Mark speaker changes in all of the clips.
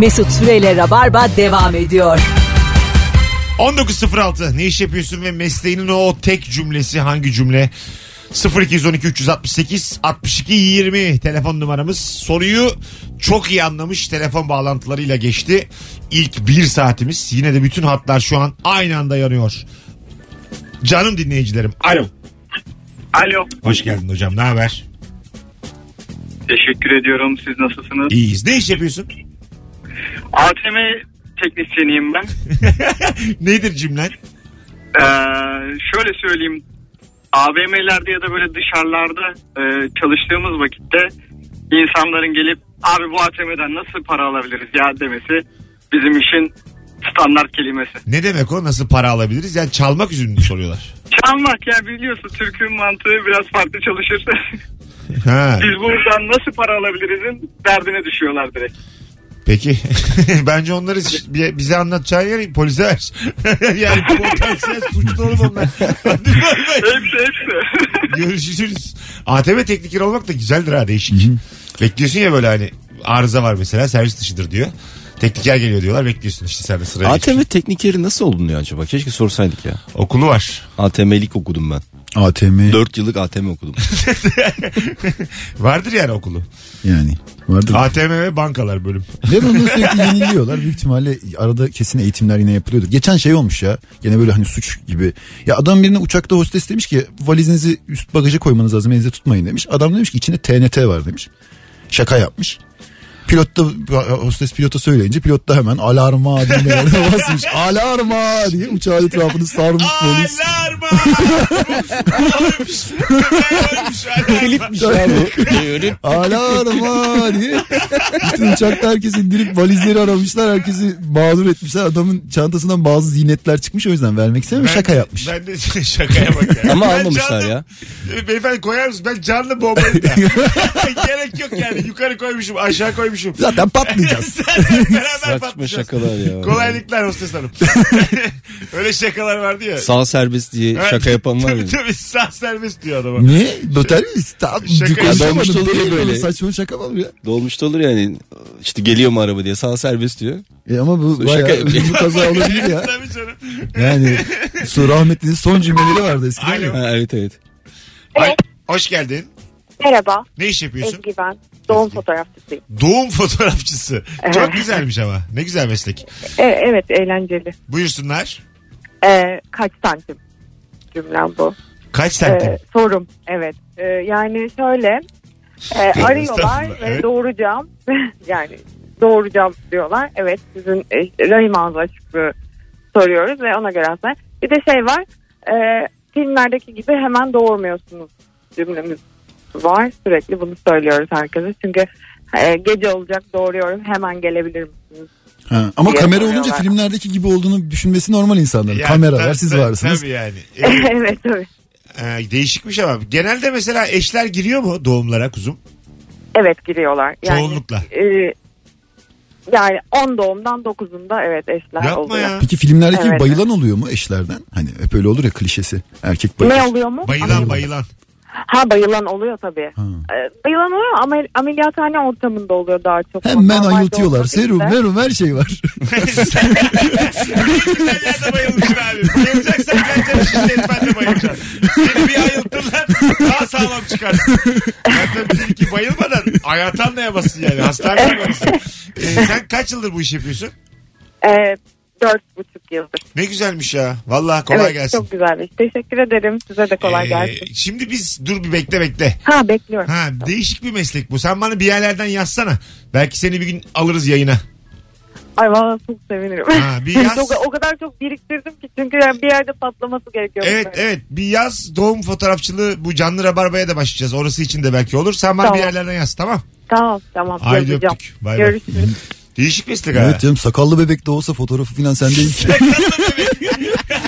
Speaker 1: Mesut Süreyle Rabarba devam ediyor.
Speaker 2: 1906 ne iş yapıyorsun ve mesleğinin o tek cümlesi hangi cümle? 0212 368 62 20 telefon numaramız. Soruyu çok iyi anlamış telefon bağlantılarıyla geçti. İlk bir saatimiz yine de bütün hatlar şu an aynı anda yanıyor. Canım dinleyicilerim. Alo.
Speaker 3: Alo.
Speaker 2: Hoş geldin hocam ne haber?
Speaker 3: Teşekkür ediyorum. Siz nasılsınız?
Speaker 2: İyiyiz. Ne iş yapıyorsun?
Speaker 3: ATM teknisyeniyim ben.
Speaker 2: Nedir cümlen?
Speaker 3: Ee, şöyle söyleyeyim. AVM'lerde ya da böyle dışarılarda e, çalıştığımız vakitte insanların gelip abi bu ATM'den nasıl para alabiliriz ya demesi bizim işin standart kelimesi.
Speaker 2: Ne demek o? Nasıl para alabiliriz? Yani çalmak üzerine mi soruyorlar?
Speaker 3: Çalmak ya biliyorsun Türk'ün mantığı biraz farklı çalışır.
Speaker 2: Ha.
Speaker 3: Biz buradan nasıl para alabilirizin derdine düşüyorlar direkt.
Speaker 2: Peki. Bence onları şi- bi- bize anlatacağı yeri polise ver. yani potansiyel suçlu olur onlar. Hadi bay bay.
Speaker 3: Hepsi hepsi.
Speaker 2: Görüşürüz. ATM teknikeri olmak da güzeldir ha değişik. Bekliyorsun ya böyle hani arıza var mesela servis dışıdır diyor. Tekniker geliyor diyorlar bekliyorsun işte sen de sıraya geç.
Speaker 4: ATM teknik yeri nasıl olunuyor acaba? Keşke sorsaydık ya.
Speaker 2: Okulu var.
Speaker 4: ATM'lik okudum ben.
Speaker 2: E-
Speaker 5: ATM
Speaker 4: 4 yıllık ATM okudum.
Speaker 2: Vardır yani okulu.
Speaker 5: yani vardı.
Speaker 2: ATM ve bankalar bölüm.
Speaker 5: Ve bunu sürekli yeniliyorlar. Büyük ihtimalle arada kesin eğitimler yine yapılıyordur. Geçen şey olmuş ya. Gene böyle hani suç gibi. Ya adam birine uçakta hostes demiş ki valizinizi üst bagaja koymanız lazım. Elinize tutmayın demiş. Adam demiş ki içinde TNT var demiş. Şaka yapmış. Pilot da hostes pilota söyleyince pilot da hemen alarma diye bağırmaya basmış. Alarma diye uçağın etrafını sarmış polis.
Speaker 2: Alarma! Ölmüş. Ölmüş. Alarma!
Speaker 5: Alarma diye. Bütün uçakta herkes indirip valizleri aramışlar. Herkesi mağdur etmişler. Adamın çantasından bazı ziynetler çıkmış. O yüzden vermek istememiş. Şaka yapmış.
Speaker 2: Ben de şakaya bak ya.
Speaker 4: Ama
Speaker 2: Ben
Speaker 4: almamışlar
Speaker 2: canlı-
Speaker 4: ya.
Speaker 2: E, Beyefendi koyar mısın? Ben canlı bombayım da. Gerek yok yani. Yukarı koymuşum, aşağı koymuşum.
Speaker 5: Zaten patlayacağız.
Speaker 2: Beraber
Speaker 4: Saçma
Speaker 2: patlayacağız.
Speaker 4: şakalar ya.
Speaker 2: Kolaylıklar hostes hanım. Öyle şakalar vardı ya.
Speaker 4: Sağ serbest diye şaka yapan var ya.
Speaker 2: Tabii tabii sağ serbest diyor adama.
Speaker 5: ne? Noter miyiz? Tamam.
Speaker 2: Şaka
Speaker 4: yapmış
Speaker 5: Konuşamadım.
Speaker 4: olur
Speaker 5: Değil
Speaker 4: böyle.
Speaker 5: böyle. Saçma şaka mı olur ya?
Speaker 4: Dolmuşta olur yani. İşte geliyor mu araba diye sağ serbest diyor.
Speaker 5: E ama bu
Speaker 4: Şaka
Speaker 5: bayağı
Speaker 4: yapıyor.
Speaker 5: bu kaza olabilir ya.
Speaker 2: Tabii canım.
Speaker 5: Yani su rahmetlinin son cümleleri vardı eskiden.
Speaker 2: Alo.
Speaker 5: ya.
Speaker 4: Ha, evet evet.
Speaker 2: Ay, hoş geldin.
Speaker 6: Merhaba
Speaker 2: Ne iş yapıyorsun?
Speaker 6: Ezgi ben. Doğum
Speaker 2: Ezgi.
Speaker 6: fotoğrafçısıyım.
Speaker 2: Doğum fotoğrafçısı.
Speaker 6: Evet.
Speaker 2: Çok güzelmiş ama. Ne güzel meslek.
Speaker 6: E, evet eğlenceli.
Speaker 2: Buyursunlar.
Speaker 6: E, kaç santim cümlem bu.
Speaker 2: Kaç
Speaker 6: E,
Speaker 2: santim?
Speaker 6: sorum evet. E, yani şöyle e,
Speaker 2: Estağfurullah,
Speaker 6: arıyorlar ve
Speaker 2: evet.
Speaker 6: doğuracağım. yani doğuracağım diyorlar. Evet sizin e, işte rahim ağzı açıklığı soruyoruz ve ona göre aslında. Bir de şey var. E, filmlerdeki gibi hemen doğurmuyorsunuz cümlemiz var. Sürekli bunu söylüyoruz herkese. Çünkü e, gece olacak doğuruyorum hemen gelebilir misiniz?
Speaker 5: Ha, Ama
Speaker 6: Diye
Speaker 5: kamera
Speaker 6: soruyorlar.
Speaker 5: olunca filmlerdeki gibi olduğunu düşünmesi normal insanların.
Speaker 2: Yani
Speaker 5: kamera var
Speaker 2: tabii-
Speaker 5: siz
Speaker 2: tabii-
Speaker 5: varsınız.
Speaker 2: Tabii yani. Ee,
Speaker 6: evet tabii.
Speaker 2: e, değişikmiş ama. Genelde mesela eşler giriyor mu doğumlara kuzum?
Speaker 6: Evet giriyorlar. Yani,
Speaker 2: Çoğunlukla.
Speaker 6: e, yani 10 doğumdan 9'unda evet eşler
Speaker 2: Yapma
Speaker 6: oluyor.
Speaker 2: ya.
Speaker 5: Peki filmlerdeki gibi
Speaker 6: Evet.
Speaker 5: bayılan oluyor mu eşlerden? Hani hep öyle olur ya klişesi. Erkek bayılır.
Speaker 6: Ne oluyor mu?
Speaker 2: Bayılan bayılan.
Speaker 6: Ha bayılan oluyor tabii.
Speaker 5: Ha.
Speaker 6: E, bayılan oluyor ama amel- ameliyathane ortamında oluyor daha çok.
Speaker 5: Hemen
Speaker 6: Normalde
Speaker 5: ayıltıyorlar.
Speaker 6: olsa
Speaker 5: Serum,
Speaker 6: bizde-
Speaker 5: merum her şey var.
Speaker 2: Sen yerde bayılmışsın abi. Bayılacaksan ben de şişleri ben de bayılacağım. Seni bir ayıltırlar daha sağlam çıkarsın. Zaten bizimki bayılmadan hayatı anlayamazsın yani. Hastaneye koyarsın. Ee, sen kaç yıldır bu işi yapıyorsun?
Speaker 6: E, Dört buçuk yıldır.
Speaker 2: Ne güzelmiş ya. Vallahi kolay
Speaker 6: evet,
Speaker 2: gelsin.
Speaker 6: Çok güzel bir iş. Teşekkür ederim. Size de kolay
Speaker 2: Ee,
Speaker 6: gelsin.
Speaker 2: Şimdi biz dur bir bekle bekle.
Speaker 6: Ha bekliyorum.
Speaker 2: Ha değişik bir meslek bu. Sen bana bir yerlerden yazsana. Belki seni bir gün alırız yayına.
Speaker 6: Ay valla çok sevinirim.
Speaker 2: Ha, bir yaz.
Speaker 6: Çok- o kadar çok biriktirdim ki çünkü yani bir yerde patlaması gerekiyor.
Speaker 2: Evet evet bir yaz doğum fotoğrafçılığı bu canlı rabarbaya da başlayacağız. Orası için de belki olur. Sen bana
Speaker 6: Tamam.
Speaker 2: bir yerlerden yaz tamam.
Speaker 6: Tamam tamam.
Speaker 2: Haydi
Speaker 6: yazacağım.
Speaker 2: öptük. Bay bay.
Speaker 6: Görüşürüz.
Speaker 2: Değişik meslek ha.
Speaker 5: evet canım sakallı bebek de olsa fotoğrafı filan sende.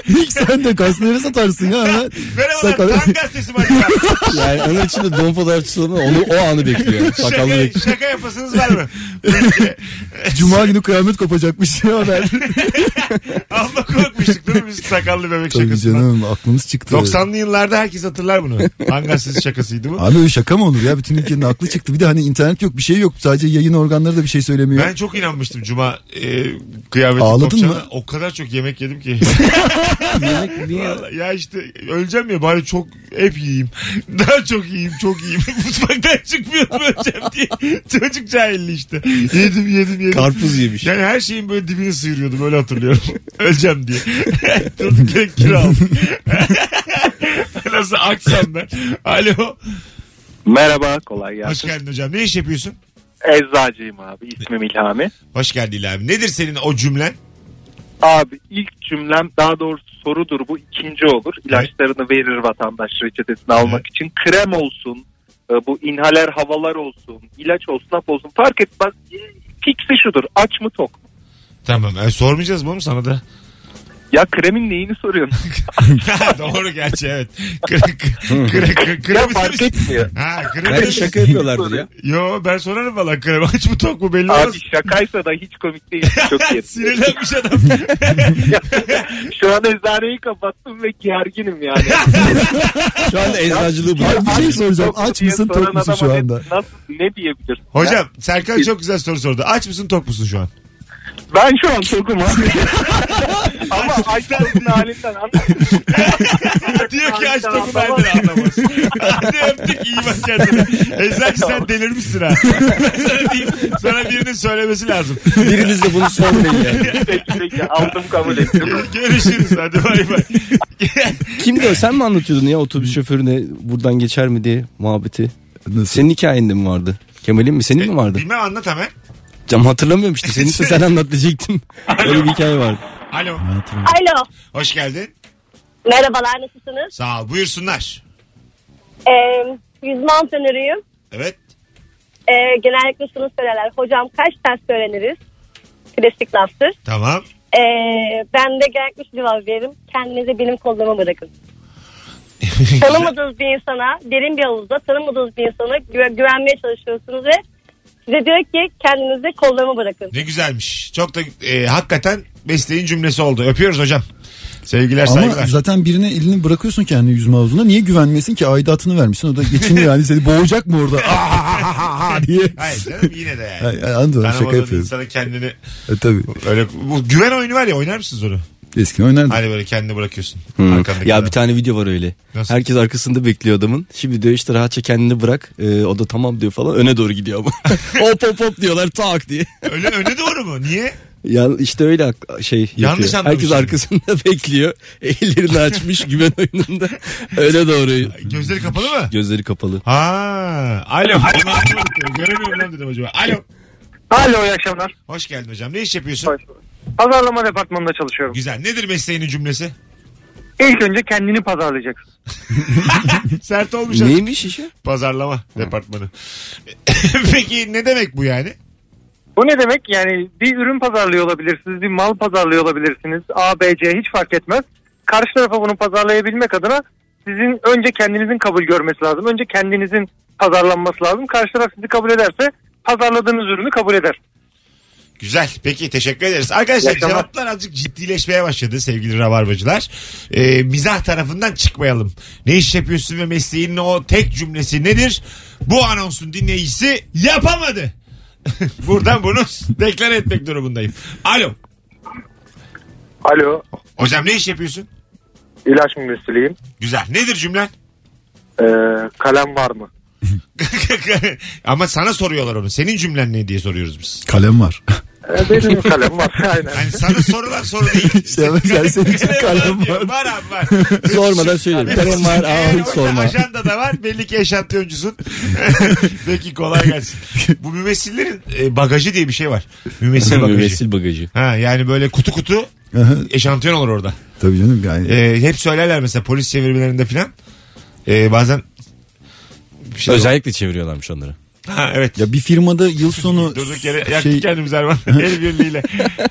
Speaker 5: İlk sen de kasları satarsın ya. hemen.
Speaker 2: Böyle bana
Speaker 5: Sakal-
Speaker 2: tam gazetesi var ya.
Speaker 4: Yani onun için de don fotoğrafçısı olan onu o anı bekliyor. Sakallı
Speaker 2: şaka,
Speaker 4: bekliyor.
Speaker 2: şaka yapasınız var mı?
Speaker 5: Cuma günü kıyamet kopacakmış ya haber.
Speaker 2: Amma korkmuştuk değil mi biz sakallı bebek
Speaker 5: Tabii
Speaker 2: şakasından?
Speaker 5: canım aklımız çıktı.
Speaker 2: 90'lı yıllarda herkes hatırlar bunu. Hangi şakasıydı bu?
Speaker 5: Abi öyle şaka mı olur ya? Bütün ülkenin aklı çıktı. Bir de hani internet yok bir şey yok. Sadece yayın organları da bir şey söylemiyor.
Speaker 2: Ben çok inanmıştım Cuma e, kıyameti
Speaker 5: Ağladın
Speaker 2: kopacağına.
Speaker 5: mı?
Speaker 2: O kadar çok yemek yedim ki.
Speaker 4: Yemek niye?
Speaker 2: Vallahi ya işte öleceğim ya bari çok hep yiyeyim. Daha çok yiyeyim çok yiyeyim. Mutfaktan çıkmıyorum öleceğim diye. Çocuk cahilli işte. Yedim yedim yedim.
Speaker 4: Karpuz yemiş.
Speaker 2: yani her şeyin böyle dibini sıyırıyordum öyle hatırlıyorum. Öleceğim diye. Durduk yere kira aldım. Nasıl aksam ben. Alo.
Speaker 7: Merhaba kolay
Speaker 2: Hoş
Speaker 7: gelsin.
Speaker 2: geldin hocam. Ne iş yapıyorsun?
Speaker 7: Eczacıyım abi ismim İlhami.
Speaker 2: Hoş geldin İlhan abi. Nedir senin o cümlen?
Speaker 7: Abi ilk cümlem daha doğrusu sorudur bu ikinci olur. İlaçlarını verir vatandaş reçetesini almak için. Krem olsun, e, bu inhaler havalar olsun, ilaç olsun, hap olsun fark etmez. Fiksi şudur aç mı tok mu?
Speaker 2: Tamam. e, sormayacağız mı oğlum sana da?
Speaker 7: Ya kremin neyini soruyorsun?
Speaker 2: Doğru gerçi evet. Kırık kırık kırık
Speaker 7: ya
Speaker 2: kırık
Speaker 7: fark etmiyor.
Speaker 2: Ha kırık
Speaker 4: Belki şaka yapıyorlardı ya.
Speaker 2: Yo ben sorarım valla kırık aç mı tok mu belli olmaz.
Speaker 7: Abi şakaysa da hiç komik değil. Çok iyi.
Speaker 2: Sinirlenmiş adam.
Speaker 7: Şu an eczaneyi kapattım ve gerginim yani.
Speaker 4: Şu anda eczacılığı
Speaker 5: Abi
Speaker 4: bırak.
Speaker 5: bir şey soracağım.
Speaker 7: Tok mu
Speaker 5: Aç
Speaker 7: diye
Speaker 5: mısın
Speaker 7: soran
Speaker 5: tok musun
Speaker 7: adama
Speaker 5: şu
Speaker 7: ne-
Speaker 5: anda?
Speaker 7: Nasıl, ne diyebilirsin?
Speaker 2: Hocam Serkan çok güzel soru sordu. Aç mısın tok musun şu an?
Speaker 7: Ben şu an tokum abi. Ama Aysel'in halinden anladım.
Speaker 2: Diyor ki aç toku ben
Speaker 7: Tamam.
Speaker 2: de anlamaz. Hadi öptük iyi bak kendine. Eczacı sen delirmişsin ha. sana, diyeyim, sana birinin söylemesi lazım.
Speaker 4: Biriniz de bunu sormayın yani.
Speaker 7: Peki peki aldım kabul ettim.
Speaker 2: Görüşürüz hadi bay bay.
Speaker 4: Kim diyor sen mi anlatıyordun ya otobüs şoförüne buradan geçer mi diye muhabbeti?
Speaker 5: Nasıl?
Speaker 4: Senin hikayende mi vardı? Kemal'in mi senin mi vardı?
Speaker 2: Bilmem anlat hemen.
Speaker 4: Cam hatırlamıyorum işte. Senin ise sen anlat diyecektim. Öyle bir hikaye vardı.
Speaker 2: Alo.
Speaker 8: Alo.
Speaker 2: Hoş geldin.
Speaker 8: Merhabalar nasılsınız?
Speaker 2: Sağ ol. Buyursunlar.
Speaker 8: Ee, yüzme antrenörüyüm.
Speaker 2: Evet.
Speaker 8: Ee, genellikle şunu söylerler. Hocam kaç ters öğreniriz? Klasik laftır.
Speaker 2: Tamam.
Speaker 8: Ee, ben de genellikle şu cevabı veririm. Kendinizi benim kollarıma bırakın. tanımadığınız bir insana derin bir havuzda tanımadığınız bir insana güve- güvenmeye çalışıyorsunuz ve size diyor ki kendinizi kollarıma bırakın.
Speaker 2: Ne güzelmiş. Çok da e, hakikaten mesleğin cümlesi oldu. Öpüyoruz hocam. Sevgiler
Speaker 5: Ama
Speaker 2: saygılar.
Speaker 5: zaten birine elini bırakıyorsun kendi yüzme havuzuna. Niye güvenmesin ki aidatını vermişsin. O da geçiniyor yani seni boğacak mı orada? Aa, diye.
Speaker 2: Hayır canım yine de yani.
Speaker 5: Ay, ay, Anladım şaka
Speaker 2: Tanımadığın
Speaker 5: yapıyorum.
Speaker 2: insanın kendini
Speaker 5: E, tabii.
Speaker 2: öyle bu güven oyunu var ya oynar mısınız onu?
Speaker 5: Eskiden oynardık.
Speaker 2: Hani böyle kendini bırakıyorsun.
Speaker 4: Hı.
Speaker 2: Arkandaki
Speaker 4: Hmm. Ya
Speaker 2: adam.
Speaker 4: bir tane video var öyle.
Speaker 2: Nasıl?
Speaker 4: Herkes arkasında bekliyor adamın. Şimdi diyor işte rahatça kendini bırak. Ee, o da tamam diyor falan. Öne doğru gidiyor ama. hop hop hop diyorlar tak diye.
Speaker 2: Öyle öne doğru mu? Niye?
Speaker 4: Ya işte öyle ak- şey yapıyor.
Speaker 2: Yanlış anlamış
Speaker 4: Herkes
Speaker 2: şimdi.
Speaker 4: arkasında bekliyor. Ellerini açmış güven oyununda. Öne doğru.
Speaker 2: Gözleri kapalı mı?
Speaker 4: Gözleri kapalı.
Speaker 2: Ha. Alo. Onu anlamadım. Göremiyorum lan dedim acaba. Alo.
Speaker 7: Alo iyi akşamlar.
Speaker 2: Hoş geldin hocam. Ne iş yapıyorsun?
Speaker 7: Hoş bulduk. Pazarlama departmanında çalışıyorum.
Speaker 2: Güzel. Nedir mesleğinin cümlesi?
Speaker 7: İlk önce kendini pazarlayacaksın.
Speaker 2: Sert olmuş. ha.
Speaker 4: Neymiş işi?
Speaker 2: Pazarlama departmanı. Peki ne demek bu yani?
Speaker 7: Bu ne demek? Yani bir ürün pazarlıyor olabilirsiniz, bir mal pazarlıyor olabilirsiniz. A, B, C hiç fark etmez. Karşı tarafa bunu pazarlayabilmek adına sizin önce kendinizin kabul görmesi lazım. Önce kendinizin pazarlanması lazım. Karşı taraf sizi kabul ederse pazarladığınız ürünü kabul eder.
Speaker 2: Güzel. Peki teşekkür ederiz. Arkadaşlar
Speaker 7: İyi akşamlar.
Speaker 2: cevaplar azıcık ciddileşmeye başladı sevgili rabarbacılar. Ee, mizah tarafından çıkmayalım. Ne iş yapıyorsun ve mesleğinin o tek cümlesi nedir? Bu anonsun dinleyicisi yapamadı. Buradan bunu deklar etmek durumundayım. Alo.
Speaker 7: Alo,
Speaker 2: Hocam ne iş yapıyorsun?
Speaker 7: ilaç mümessiliyim.
Speaker 2: Güzel. Nedir cümlen?
Speaker 7: kalem var mı?
Speaker 2: Ama sana soruyorlar onu. Senin cümlen ne diye soruyoruz biz.
Speaker 5: Kalem var.
Speaker 7: Ee, benim kalem var, aynen.
Speaker 2: Yani sana sorulan soru değil.
Speaker 5: Şey, sen- senin için kalem
Speaker 2: diyor.
Speaker 5: var.
Speaker 2: Var abi var.
Speaker 4: Sormadan söyle. Kalem var. Aa, hiç
Speaker 2: Orada
Speaker 4: sorma.
Speaker 2: Ajanda da var. Belli ki yaşantı öncüsün. Peki kolay gelsin. Bu mümessillerin e, bagajı diye bir şey var. Mümessil bagajı.
Speaker 4: Müvessil bagajı.
Speaker 2: Ha, yani böyle kutu kutu
Speaker 5: Aha,
Speaker 2: eşantiyon olur orada.
Speaker 5: tabii canım yani.
Speaker 2: E, hep söylerler mesela polis çevirmelerinde filan. E, bazen bir şey
Speaker 4: Özellikle çeviriyorlarmış onları.
Speaker 2: Ha, evet.
Speaker 5: Ya bir firmada yıl sonu
Speaker 2: Durduk yere yaktık
Speaker 5: şey,
Speaker 2: kendimizi Erman. El birliğiyle.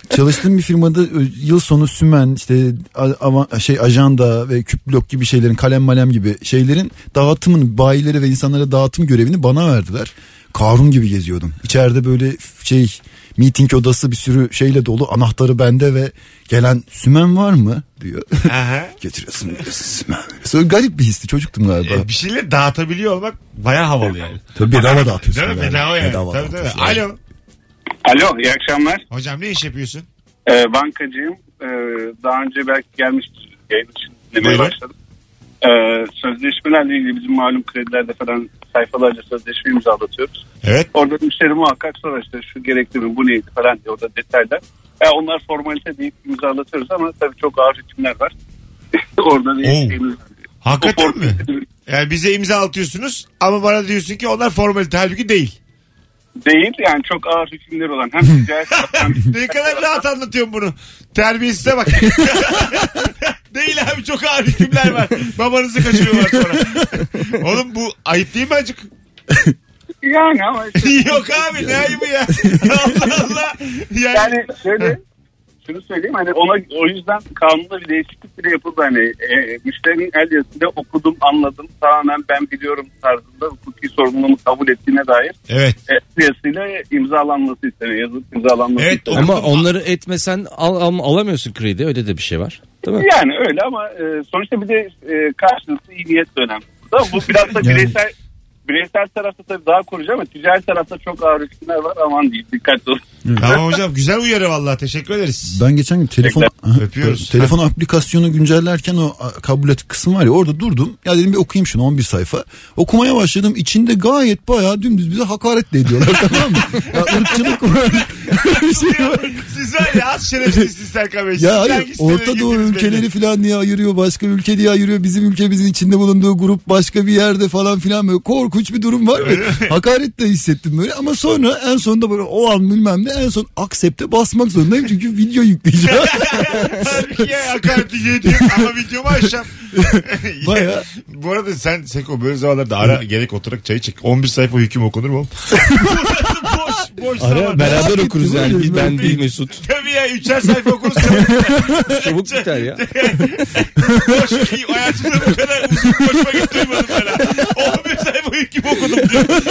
Speaker 5: çalıştığım bir firmada ö, yıl sonu sümen işte a- ava- şey ajanda ve küp blok gibi şeylerin kalem malem gibi şeylerin dağıtımın bayilere ve insanlara dağıtım görevini bana verdiler. Karun gibi geziyordum. İçeride böyle f- şey meeting odası bir sürü şeyle dolu anahtarı bende ve gelen sümen var mı diyor.
Speaker 2: Aha.
Speaker 5: Getiriyorsun diyorsun sümen. Sonra garip bir histi çocuktum galiba.
Speaker 2: Ee, bir şeyle dağıtabiliyor olmak baya havalı yani.
Speaker 5: Tabii bedava dağıtıyorsun.
Speaker 2: Değil mi?
Speaker 5: yani.
Speaker 2: Bedava yani.
Speaker 5: Bedava
Speaker 2: tabii, tabii.
Speaker 5: dağıtıyorsun.
Speaker 2: Alo.
Speaker 3: Alo iyi akşamlar.
Speaker 2: Hocam ne iş yapıyorsun?
Speaker 3: Ee, bankacıyım. Ee, daha önce belki gelmiştir. Yayın için dinlemeye
Speaker 2: Buyurun.
Speaker 3: başladım. Ee, sözleşmelerle ilgili bizim malum kredilerde falan sayfalarca sözleşme imzalatıyoruz.
Speaker 2: Evet.
Speaker 3: Orada müşteri muhakkak sorar işte şu gerekli mi bu neydi falan diye orada detaylar. Ya onlar formalite deyip imzalatıyoruz ama tabii çok ağır hükümler var. orada ne
Speaker 2: Oo.
Speaker 3: eksiğimiz var. O
Speaker 2: Hakikaten mi?
Speaker 3: formalite
Speaker 2: Yani bize imza atıyorsunuz ama bana diyorsun ki onlar formalite halbuki değil.
Speaker 3: Değil yani çok ağır hükümler olan hem ticaret hem
Speaker 2: Ne kadar rahat anlatıyorum bunu. Terbiyesize bak. değil abi çok ağır hükümler var. Babanızı kaçırıyorlar sonra. Oğlum bu ayıp değil mi acık?
Speaker 3: yani ama işte-
Speaker 2: Yok abi ne ayıbı ya. Allah Allah. Yani,
Speaker 3: yani şöyle şunu söyleyeyim hani ona o yüzden kanunda bir değişiklik bile yapıldı hani e, müşterinin el yazısıyla okudum anladım tamamen ben biliyorum tarzında hukuki sorumluluğumu kabul ettiğine dair
Speaker 2: evet.
Speaker 3: e, el yazısıyla imzalanması isteniyor yazılıp imzalanması
Speaker 2: Evet,
Speaker 3: isteniyor.
Speaker 4: Ama onları etmesen al, al- alamıyorsun kredi öyle de bir şey var. Değil mi?
Speaker 3: Yani öyle ama e, sonuçta bir de e, karşılıklı iyi niyet de önemli. Ama bu biraz da
Speaker 5: Yani-
Speaker 3: bireysel bireysel tarafta tabii daha korucu ama ticari tarafta çok ağır hükümler var aman diyeyim dikkatli olun.
Speaker 2: Tamam hocam güzel uyarı vallahi teşekkür ederiz.
Speaker 5: Ben geçen gün telefon
Speaker 2: Öpüyoruz.
Speaker 5: telefon aplikasyonu güncellerken o a- kabul et kısmı var ya orada durdum. Ya dedim bir okuyayım şunu 11 sayfa. Okumaya başladım. İçinde gayet bayağı dümdüz bize hakaret de ediyorlar tamam mı? Ya ırkçılık var. Bir şey var.
Speaker 2: Siz var ya az şerefsizsiniz Serkan Bey. Siz
Speaker 5: Ya hayır
Speaker 2: hangi sitelere
Speaker 5: Orta Doğu
Speaker 2: girdiniz
Speaker 5: ülkeleri
Speaker 2: belli.
Speaker 5: falan diye ayırıyor başka ülke diye ayırıyor bizim ülkemizin içinde bulunduğu grup başka bir yerde falan filan böyle korkunç bir durum var mı? Hakaret de hissettim böyle ama sonra en sonunda böyle o an bilmem ne en son accept'e basmak zorundayım çünkü video yükleyeceğim.
Speaker 2: Halbuki ya hakaret ediyor ama videomu açacağım.
Speaker 5: Baya.
Speaker 2: Bu arada sen Seko böyle zamanlarda ara gerek oturarak çayı çek. 11 sayfa hüküm okunur mu? oğlum? Burası boş boş zaman.
Speaker 4: Ara beraber
Speaker 5: Merak
Speaker 4: okuruz
Speaker 5: ettim,
Speaker 4: yani.
Speaker 5: öyle şey.
Speaker 4: Bir ben
Speaker 5: mi?
Speaker 4: bir Mesut.
Speaker 2: Tabii ya üçer sayfa okuruz.
Speaker 4: Çabuk biter ya.
Speaker 2: Boş hayatımda bu kadar uzun boş vakit duymadım ben. ha. 11 sayfa hüküm okudum diyor. Normal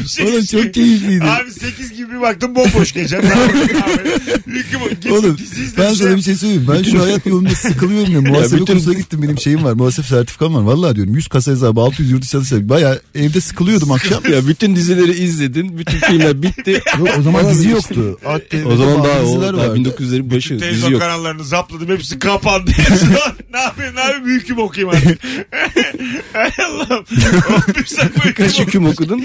Speaker 2: bir şey.
Speaker 5: Oğlum
Speaker 2: işte.
Speaker 5: çok keyifliydi.
Speaker 2: Abi 8 gibi bir baktım bomboş gece. Ne yapayım abi? Hüküm git,
Speaker 5: Oğlum
Speaker 2: dizi izle
Speaker 5: ben
Speaker 2: bir
Speaker 5: sana bir şey söyleyeyim. Ben şu hayat yolunda sıkılıyorum ya. Muhasebe
Speaker 4: bütün-
Speaker 5: kursuna gittim benim şeyim var. Muhasebe sertifikam var. Vallahi diyorum 100 kasa hesabı 600 yurt dışı çalışacak. Baya evde sıkılıyordum akşam.
Speaker 4: Ya bütün dizileri izledin. Bütün filmler bitti.
Speaker 5: Yok, o zaman dizi yoktu. ATV'de
Speaker 4: O zaman daha,
Speaker 5: diziler
Speaker 4: o, daha
Speaker 5: vardı.
Speaker 4: 1900'lerin başı dizi
Speaker 2: Televizyon
Speaker 4: yok.
Speaker 2: kanallarını zapladım hepsi kapandı. Şu an ne yapayım ne yapayım hüküm okuyayım artık. Hay Allah'ım. 11 sayfa hüküm
Speaker 4: Kaç hüküm okudun?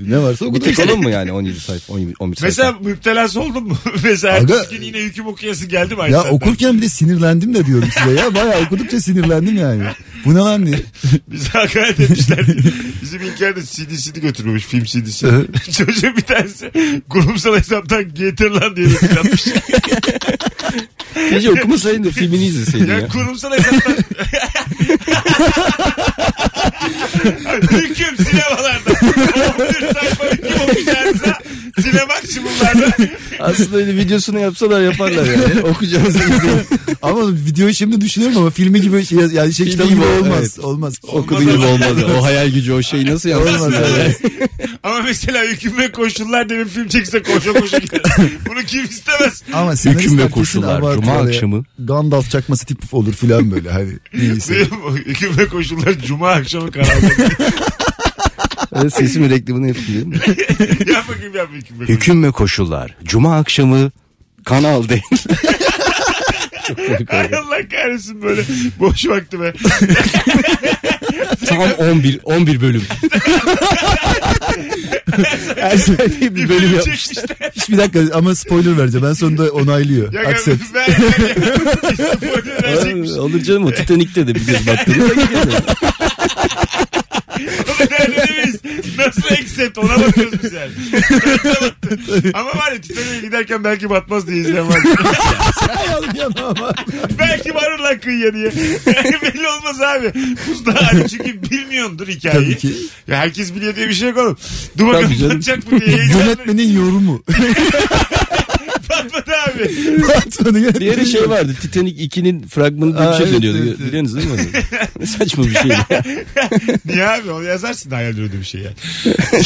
Speaker 5: Ne varsa o
Speaker 4: Bir tek onun mu yani 17 sayfa 11 sayfa?
Speaker 2: Mesela müptelası oldun mu? Mesela
Speaker 5: Aga-
Speaker 2: ertesi gün yine hüküm okuyası geldi mi? aynı
Speaker 5: Ya
Speaker 2: saatten?
Speaker 5: okurken bir de sinirlendim de diyorum size ya. Bayağı okudukça sinirlendim yani. Bu ne lan diye.
Speaker 2: Bize hakaret etmişler. Bizim İlker de CD'sini götürmemiş film CD'si. Çocuğun bir tanesi kurumsal hesaptan getir lan diye mesaj atmış.
Speaker 4: Keşke okumasaydın da filmini izleseydin
Speaker 2: ya
Speaker 4: ya.
Speaker 2: kurumsal hesaptan. Hüküm sinemalarda. 11 sayfa hüküm okuyacağınıza sinemaksimumlarda.
Speaker 4: Aslında öyle videosunu yapsalar yaparlar yani. Okuyacağınızı izleyin.
Speaker 5: Ama videoyu şimdi düşünüyorum ama filmi gibi şey, yani şey
Speaker 4: Filmi
Speaker 5: kitabı gibi
Speaker 4: gibi,
Speaker 5: olmaz.
Speaker 4: evet.
Speaker 5: Olmaz.
Speaker 4: Okuduğu gibi olmaz. O hayal gücü o şeyi nasıl
Speaker 5: Olmaz.
Speaker 4: yansıtsın?
Speaker 5: evet.
Speaker 2: Ama mesela hüküm ve koşullar diye bir film çekse koşa koşa gider. Bunu kim istemez?
Speaker 5: Ama
Speaker 4: Hüküm ve
Speaker 5: senaristler kesin
Speaker 4: koşullar,
Speaker 5: abartıyor
Speaker 4: cuma
Speaker 5: ya.
Speaker 4: akşamı.
Speaker 5: Gandalf çakması tip olur filan böyle. Hani neyse.
Speaker 2: Hüküm ve koşullar cuma akşamı kanalda.
Speaker 4: Öyle Sesimin reklamını yapayım.
Speaker 2: yap bakayım yap hüküm ve koşullar.
Speaker 4: Hüküm ve koşullar. Cuma akşamı Kanal D. Çok komik
Speaker 2: Ay
Speaker 4: oldu.
Speaker 2: Allah kahretsin böyle boş vakti be.
Speaker 4: Tam 11 11 bölüm. Her sefer bir bölüm yap.
Speaker 2: çekmişler.
Speaker 5: Hiçbir dakika ama spoiler vereceğim. Ben sonunda onaylıyor.
Speaker 2: Ya
Speaker 5: Accept.
Speaker 2: ben, ben, spoiler verecekmiş.
Speaker 4: Aa, Olur canım o Titanik'te de bir göz baktığında gidiyor.
Speaker 2: Nerede biz? Nasıl accept ona bakıyoruz biz yani. Nasıl baktı? Ama var ya Titanic'e giderken belki batmaz diye izleyen var. belki varır lan kıyıya diye. Belli olmaz abi. Buzda hani çünkü bilmiyordur hikayeyi.
Speaker 5: Tabii ki.
Speaker 2: Ya herkes biliyor diye bir şey yok oğlum. Duman
Speaker 4: Tabii canım.
Speaker 2: batacak mı diye. Yönetmen.
Speaker 5: Yönetmenin yorumu.
Speaker 2: Batmadı abi.
Speaker 5: Batman'ın yönetmenin
Speaker 4: Diğeri şey vardı Titanic 2'nin fragmanı diye bir
Speaker 5: Aa,
Speaker 4: şey
Speaker 5: evet,
Speaker 4: dönüyordu.
Speaker 5: evet, evet.
Speaker 4: Biliyorsunuz değil mi? onu? ne saçma bir şey.
Speaker 2: Niye abi? Onu yazarsın hayal ürünü bir şey yani.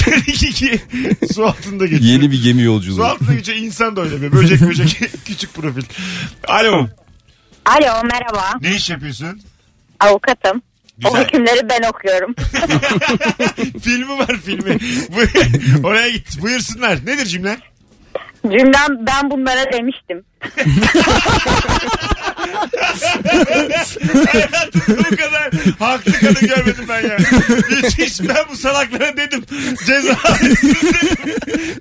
Speaker 2: Çünkü ki su altında geçiyor.
Speaker 4: Yeni bir gemi
Speaker 2: Su
Speaker 4: yolculuğu.
Speaker 2: altında geçiyor insan da oynamıyor. Böcek böcek küçük profil. Alo.
Speaker 9: Alo merhaba.
Speaker 2: Ne iş yapıyorsun?
Speaker 9: Avukatım. O
Speaker 2: Güzel.
Speaker 9: hükümleri ben okuyorum.
Speaker 2: filmi var filmi. Bu- Oraya git. Buyursunlar. Nedir cümle?
Speaker 9: Cümlem ben bunlara demiştim.
Speaker 2: Hayatımda bu kadar haklı kadın görmedim ben ya. Hiç, hiç ben bu salaklara dedim. Ceza alsın dedim.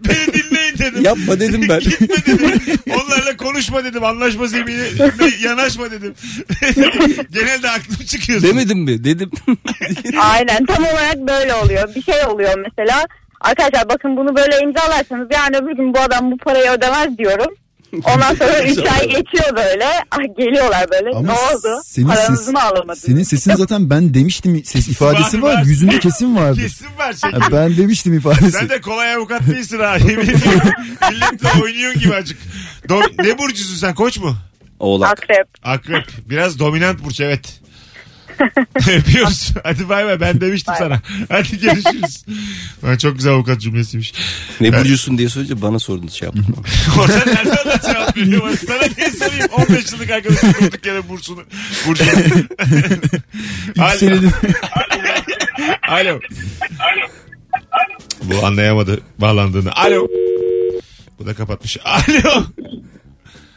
Speaker 2: Beni dinleyin dedim.
Speaker 4: Yapma dedim ben.
Speaker 2: Gitme dedim. Onlarla konuşma dedim. Anlaşma zemini. Yanaşma dedim. Genelde aklım çıkıyor.
Speaker 4: Demedim mi? Dedim.
Speaker 9: Aynen tam olarak böyle oluyor. Bir şey oluyor mesela. Arkadaşlar bakın bunu böyle imzalarsanız yarın öbür gün bu adam bu parayı ödemez diyorum. Ondan sonra 3 ay geçiyor böyle. Ah, geliyorlar böyle.
Speaker 5: Ama
Speaker 9: ne oldu?
Speaker 5: senin
Speaker 9: Paranızı
Speaker 5: ses-
Speaker 9: mı alamadınız?
Speaker 5: Senin sesin zaten ben demiştim ses ifadesi
Speaker 2: Var,
Speaker 5: var.
Speaker 2: var.
Speaker 5: Yüzünde kesin vardır.
Speaker 2: Kesin var şey.
Speaker 5: Ha, ben demiştim ifadesi.
Speaker 2: Sen de kolay avukat değilsin ha. Yemin ediyorum. Milletle oynuyorsun gibi acık. Do- ne burcusun sen koç mu?
Speaker 4: Oğlak.
Speaker 9: Akrep.
Speaker 2: Akrep. Biraz dominant burç evet. Öpüyoruz. Hadi bay bay ben demiştim sana. Hadi görüşürüz. Lan çok güzel avukat cümlesiymiş.
Speaker 4: Ne biliyorsun diye sorunca bana sordun şey yaptın.
Speaker 2: Orada nereden lan cevap veriyorum? Hadi Sana ne sorayım? 15 yıllık arkadaşım durduk yere bursunu. Bursunu. Alo.
Speaker 5: Yükselelim.
Speaker 2: Alo. Bu anlayamadı bağlandığını. Alo. Bu da kapatmış. Alo.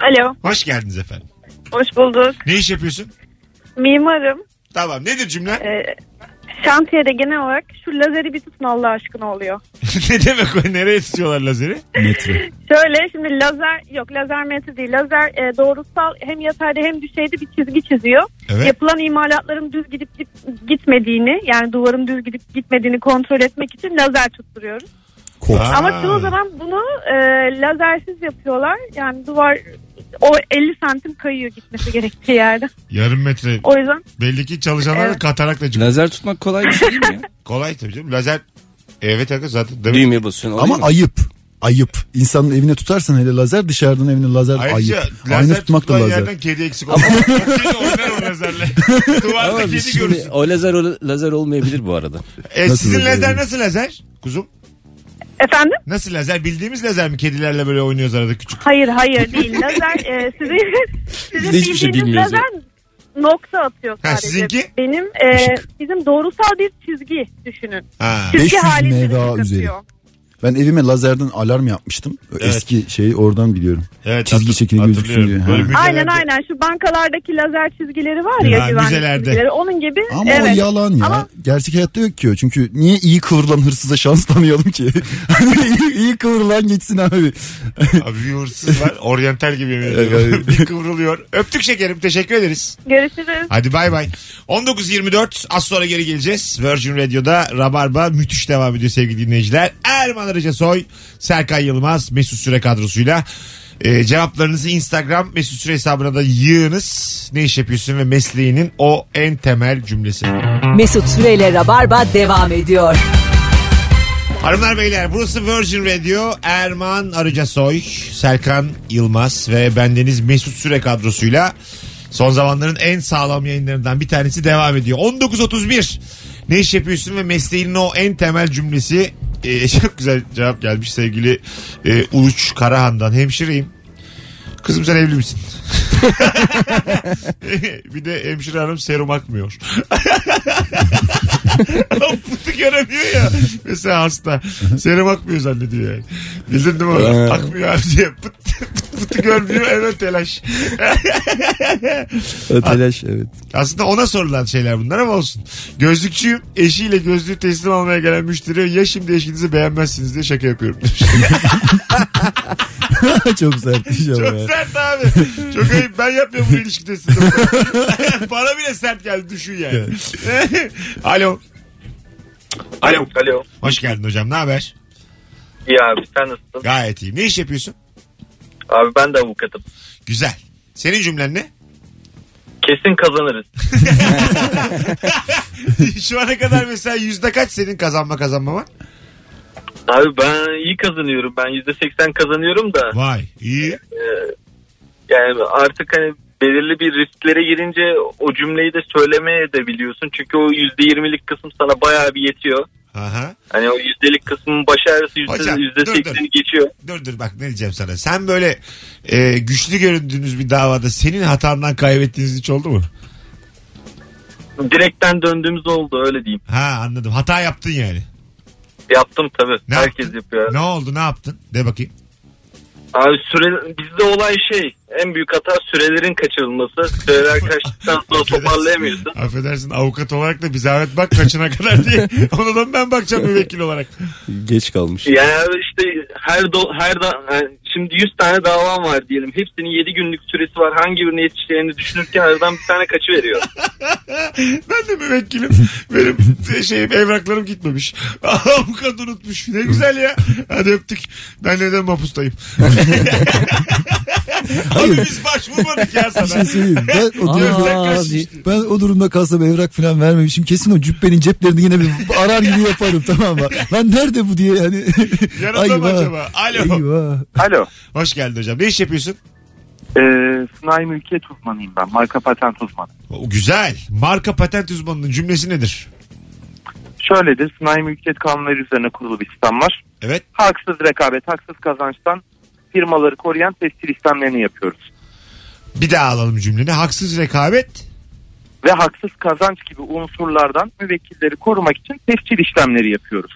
Speaker 10: Alo,
Speaker 2: Hoş geldiniz efendim.
Speaker 10: hoş bulduk.
Speaker 2: Ne iş yapıyorsun?
Speaker 10: Mimarım.
Speaker 2: Tamam nedir cümle?
Speaker 10: Ee, şantiyede genel olarak şu lazeri bir tutun Allah aşkına oluyor.
Speaker 2: ne demek o? Nereye tutuyorlar lazeri?
Speaker 5: Metre.
Speaker 10: Şöyle şimdi lazer yok lazer metre değil lazer e, doğrusal hem yatayda hem düşeyde bir çizgi çiziyor.
Speaker 2: Evet.
Speaker 10: Yapılan imalatların düz gidip git- gitmediğini yani duvarın düz gidip gitmediğini kontrol etmek için lazer tutturuyoruz.
Speaker 5: Kod.
Speaker 2: Aa.
Speaker 10: Ama çoğu zaman bunu e, lazersiz yapıyorlar yani duvar o 50 santim kayıyor gitmesi gerektiği yerde.
Speaker 2: Yarım metre.
Speaker 10: O yüzden
Speaker 2: Belli ki çalışanlar da katarakla çıkıyor.
Speaker 4: Lazer tutmak kolay bir şey değil mi ya?
Speaker 2: Kolay tabii canım. Lazer E, Evet arkadaş zaten demek.
Speaker 4: Düğmeye basıyorsun.
Speaker 5: Ama
Speaker 4: Ama
Speaker 5: ayıp. Ayıp. İnsanın evine tutarsan hele lazer dışarıdan evine lazer
Speaker 2: Ayrıca
Speaker 5: ayıp. Aynı
Speaker 2: şey, lazer
Speaker 5: tutmak da
Speaker 2: tutulan
Speaker 5: lazer.
Speaker 2: yerden kedi eksik olmaz. kedi oynar o lazerle. Duvarda
Speaker 4: Ama
Speaker 2: kedi
Speaker 4: şimdi,
Speaker 2: görürsün.
Speaker 4: o lazer o lazer olmayabilir bu arada.
Speaker 2: E,
Speaker 5: Nasıl
Speaker 2: sizin
Speaker 5: lazer
Speaker 2: lazer
Speaker 5: yani?
Speaker 2: nasıl lazer? Kuzum
Speaker 10: efendim?
Speaker 2: nasıl lazer? Bildiğimiz lazer mi? Kedilerle böyle oynuyoruz arada küçük.
Speaker 10: Hayır hayır değil. Lazer e, sizin, sizin
Speaker 4: Biz de hiçbir şey
Speaker 10: bildiğiniz
Speaker 4: bilmiyoruz ya.
Speaker 10: lazer nokta atıyor
Speaker 2: Ha,
Speaker 10: sadece.
Speaker 2: sizinki?
Speaker 10: Benim e, bizim doğrusal bir çizgi düşünün.
Speaker 2: Ha.
Speaker 10: Çizgi
Speaker 5: 500
Speaker 10: halinde
Speaker 5: MVA
Speaker 10: ışık atıyor.
Speaker 5: üzeri. Ben evime lazerden alarm yapmıştım. Eski şeyi oradan biliyorum.
Speaker 2: Evet,
Speaker 5: Çizgi
Speaker 2: hatır-
Speaker 5: şekli gözüksün
Speaker 2: hatırlıyorum.
Speaker 5: diye.
Speaker 2: Böyle
Speaker 5: Ha.
Speaker 2: müzelerde-
Speaker 10: Aynen aynen şu bankalardaki lazer çizgileri var ya
Speaker 2: Ha,
Speaker 10: güvenlik
Speaker 2: müzelerde.
Speaker 10: çizgileri. Onun gibi
Speaker 5: Ama
Speaker 10: evet.
Speaker 5: o yalan ya.
Speaker 10: Ama-
Speaker 5: Gerçek hayatta yok ki o. Çünkü niye iyi kıvrılan hırsıza şans tanıyalım ki? Hani iyi, iyi kıvrılan geçsin abi.
Speaker 2: Abi bir hırsız var. Oryantal gibi yemin
Speaker 5: Evet,
Speaker 2: ediyorum.
Speaker 5: evet.
Speaker 2: bir kıvrılıyor. Öptük şekerim. Teşekkür ederiz.
Speaker 10: Görüşürüz.
Speaker 2: Hadi bay bay. 19.24 az sonra geri geleceğiz. Virgin Radio'da Rabarba müthiş devam ediyor sevgili dinleyiciler. Erman Arıca Soy, Serkan Yılmaz, Mesut Süre kadrosuyla. Ee, cevaplarınızı Instagram Mesut Süre hesabına da yığınız. Ne iş yapıyorsun ve mesleğinin o en temel cümlesi.
Speaker 1: Mesut Süreyle Rabarba devam ediyor.
Speaker 2: Hanımlar beyler burası Virgin Radio. Erman Arıca Soy, Serkan Yılmaz ve bendeniz Mesut Süre kadrosuyla son zamanların en sağlam yayınlarından bir tanesi devam ediyor. 19.31 ne iş yapıyorsun ve mesleğinin o en temel cümlesi Ee, çok güzel cevap gelmiş sevgili e, Uluç Karahan'dan hemşireyim. Kızım sen evli misin? bir de hemşire hanım serum akmıyor. Bunu göremiyor ya. Mesela hasta. Serum akmıyor zannediyor yani. Bildin değil mi? onu?
Speaker 4: Ee.
Speaker 2: akmıyor abi diye. Pıt, pıt, pıtı görmüyor hemen telaş.
Speaker 4: Öteleş evet.
Speaker 2: Aslında ona sorulan şeyler bunlar ama olsun. Gözlükçüyüm. Eşiyle gözlüğü teslim almaya gelen müşteri ya şimdi eşinizi beğenmezsiniz diye şaka yapıyorum. demiş.
Speaker 5: Çok sert bir şey ama
Speaker 2: Çok
Speaker 5: ya.
Speaker 2: sert abi. Çok ayıp. Ben yapmıyorum bu ilişki testini. Bana bile sert geldi. Düşün yani. Alo.
Speaker 3: Alo. Alo.
Speaker 2: Hoş geldin hocam. Ne haber?
Speaker 11: İyi abi sen nasılsın?
Speaker 2: Gayet iyi. Ne iş yapıyorsun?
Speaker 11: Abi ben de avukatım.
Speaker 2: Güzel. Senin cümlen ne?
Speaker 11: Kesin kazanırız.
Speaker 2: Şu ana kadar mesela yüzde kaç senin kazanma kazanmama?
Speaker 11: Abi ben iyi kazanıyorum. Ben %80 kazanıyorum da.
Speaker 2: Vay iyi.
Speaker 11: e, yani artık hani belirli bir risklere girince o cümleyi de söylemeye de biliyorsun. Çünkü o %20'lik kısım sana bayağı bir yetiyor.
Speaker 2: Aha.
Speaker 11: Hani o yüzdelik kısmın baş ağrısı yüzde,
Speaker 2: Hocam,
Speaker 11: yüzde
Speaker 2: dur,
Speaker 11: sekseni geçiyor.
Speaker 2: Dur dur bak ne diyeceğim sana. Sen böyle e, güçlü göründüğünüz bir davada senin hatandan kaybettiğiniz hiç oldu mu?
Speaker 11: Direkten döndüğümüz oldu öyle diyeyim.
Speaker 2: Ha anladım. Hata yaptın yani.
Speaker 11: Yaptım tabii.
Speaker 2: Ne
Speaker 11: Herkes yapıyor.
Speaker 2: Ne oldu ne yaptın? De bakayım.
Speaker 11: Abi süre, bizde olay şey en büyük hata sürelerin kaçırılması. Süreler kaçtıktan sonra toparlayamıyorsun.
Speaker 2: Affedersin avukat olarak da bir zahmet bak kaçına kadar diye. Onadan ben bakacağım müvekkil olarak.
Speaker 4: Geç kalmış.
Speaker 11: Yani abi işte her do, her da, yani şimdi 100 tane davam var diyelim. Hepsinin 7 günlük süresi var. Hangi birine yetişeceğini düşünürken aradan bir tane kaçı veriyor.
Speaker 2: Ben de müvekkilim. Benim şeyim evraklarım gitmemiş. Avukat unutmuş. Ne güzel ya. Hadi öptük. Ben neden mapustayım? Abi biz başvurmadık ya
Speaker 5: Bir şey
Speaker 2: sana.
Speaker 5: söyleyeyim. Ben o,
Speaker 2: Gözden
Speaker 5: durumda,
Speaker 2: kaçmış.
Speaker 5: ben o durumda kalsam evrak falan vermemişim. Kesin o cübbenin ceplerini yine bir arar gibi yaparım tamam mı? Lan nerede bu diye hani.
Speaker 2: Yanında mı acaba? Alo.
Speaker 5: Eyvah.
Speaker 12: Alo.
Speaker 2: Hoş geldin hocam. Ne iş yapıyorsun?
Speaker 12: Ee, sanayi mülkiyet uzmanıyım ben. Marka patent uzmanı.
Speaker 2: O güzel. Marka patent uzmanının cümlesi nedir?
Speaker 12: Şöyledir. Sanayi mülkiyet kanunları üzerine kurulu bir sistem var.
Speaker 2: Evet.
Speaker 12: Haksız rekabet, haksız kazançtan firmaları koruyan tescil işlemlerini yapıyoruz.
Speaker 2: Bir daha alalım cümleni. Haksız rekabet.
Speaker 12: Ve haksız kazanç gibi unsurlardan müvekkilleri korumak için tescil işlemleri yapıyoruz.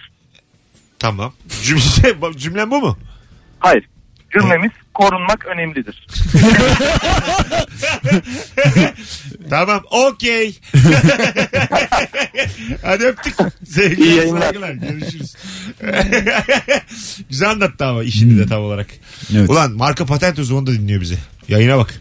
Speaker 2: Tamam. Cümle, cümlen bu mu?
Speaker 12: Hayır. Cümlemiz korunmak önemlidir.
Speaker 2: Tamam. Okey. Hadi öptük.
Speaker 12: İyi
Speaker 2: Sevgiler,
Speaker 12: yayınlar.
Speaker 2: saygılar. Görüşürüz. Güzel anlattı ama işini de tam olarak.
Speaker 5: Evet.
Speaker 2: Ulan marka patent uzmanı da dinliyor bizi. Yayına bak.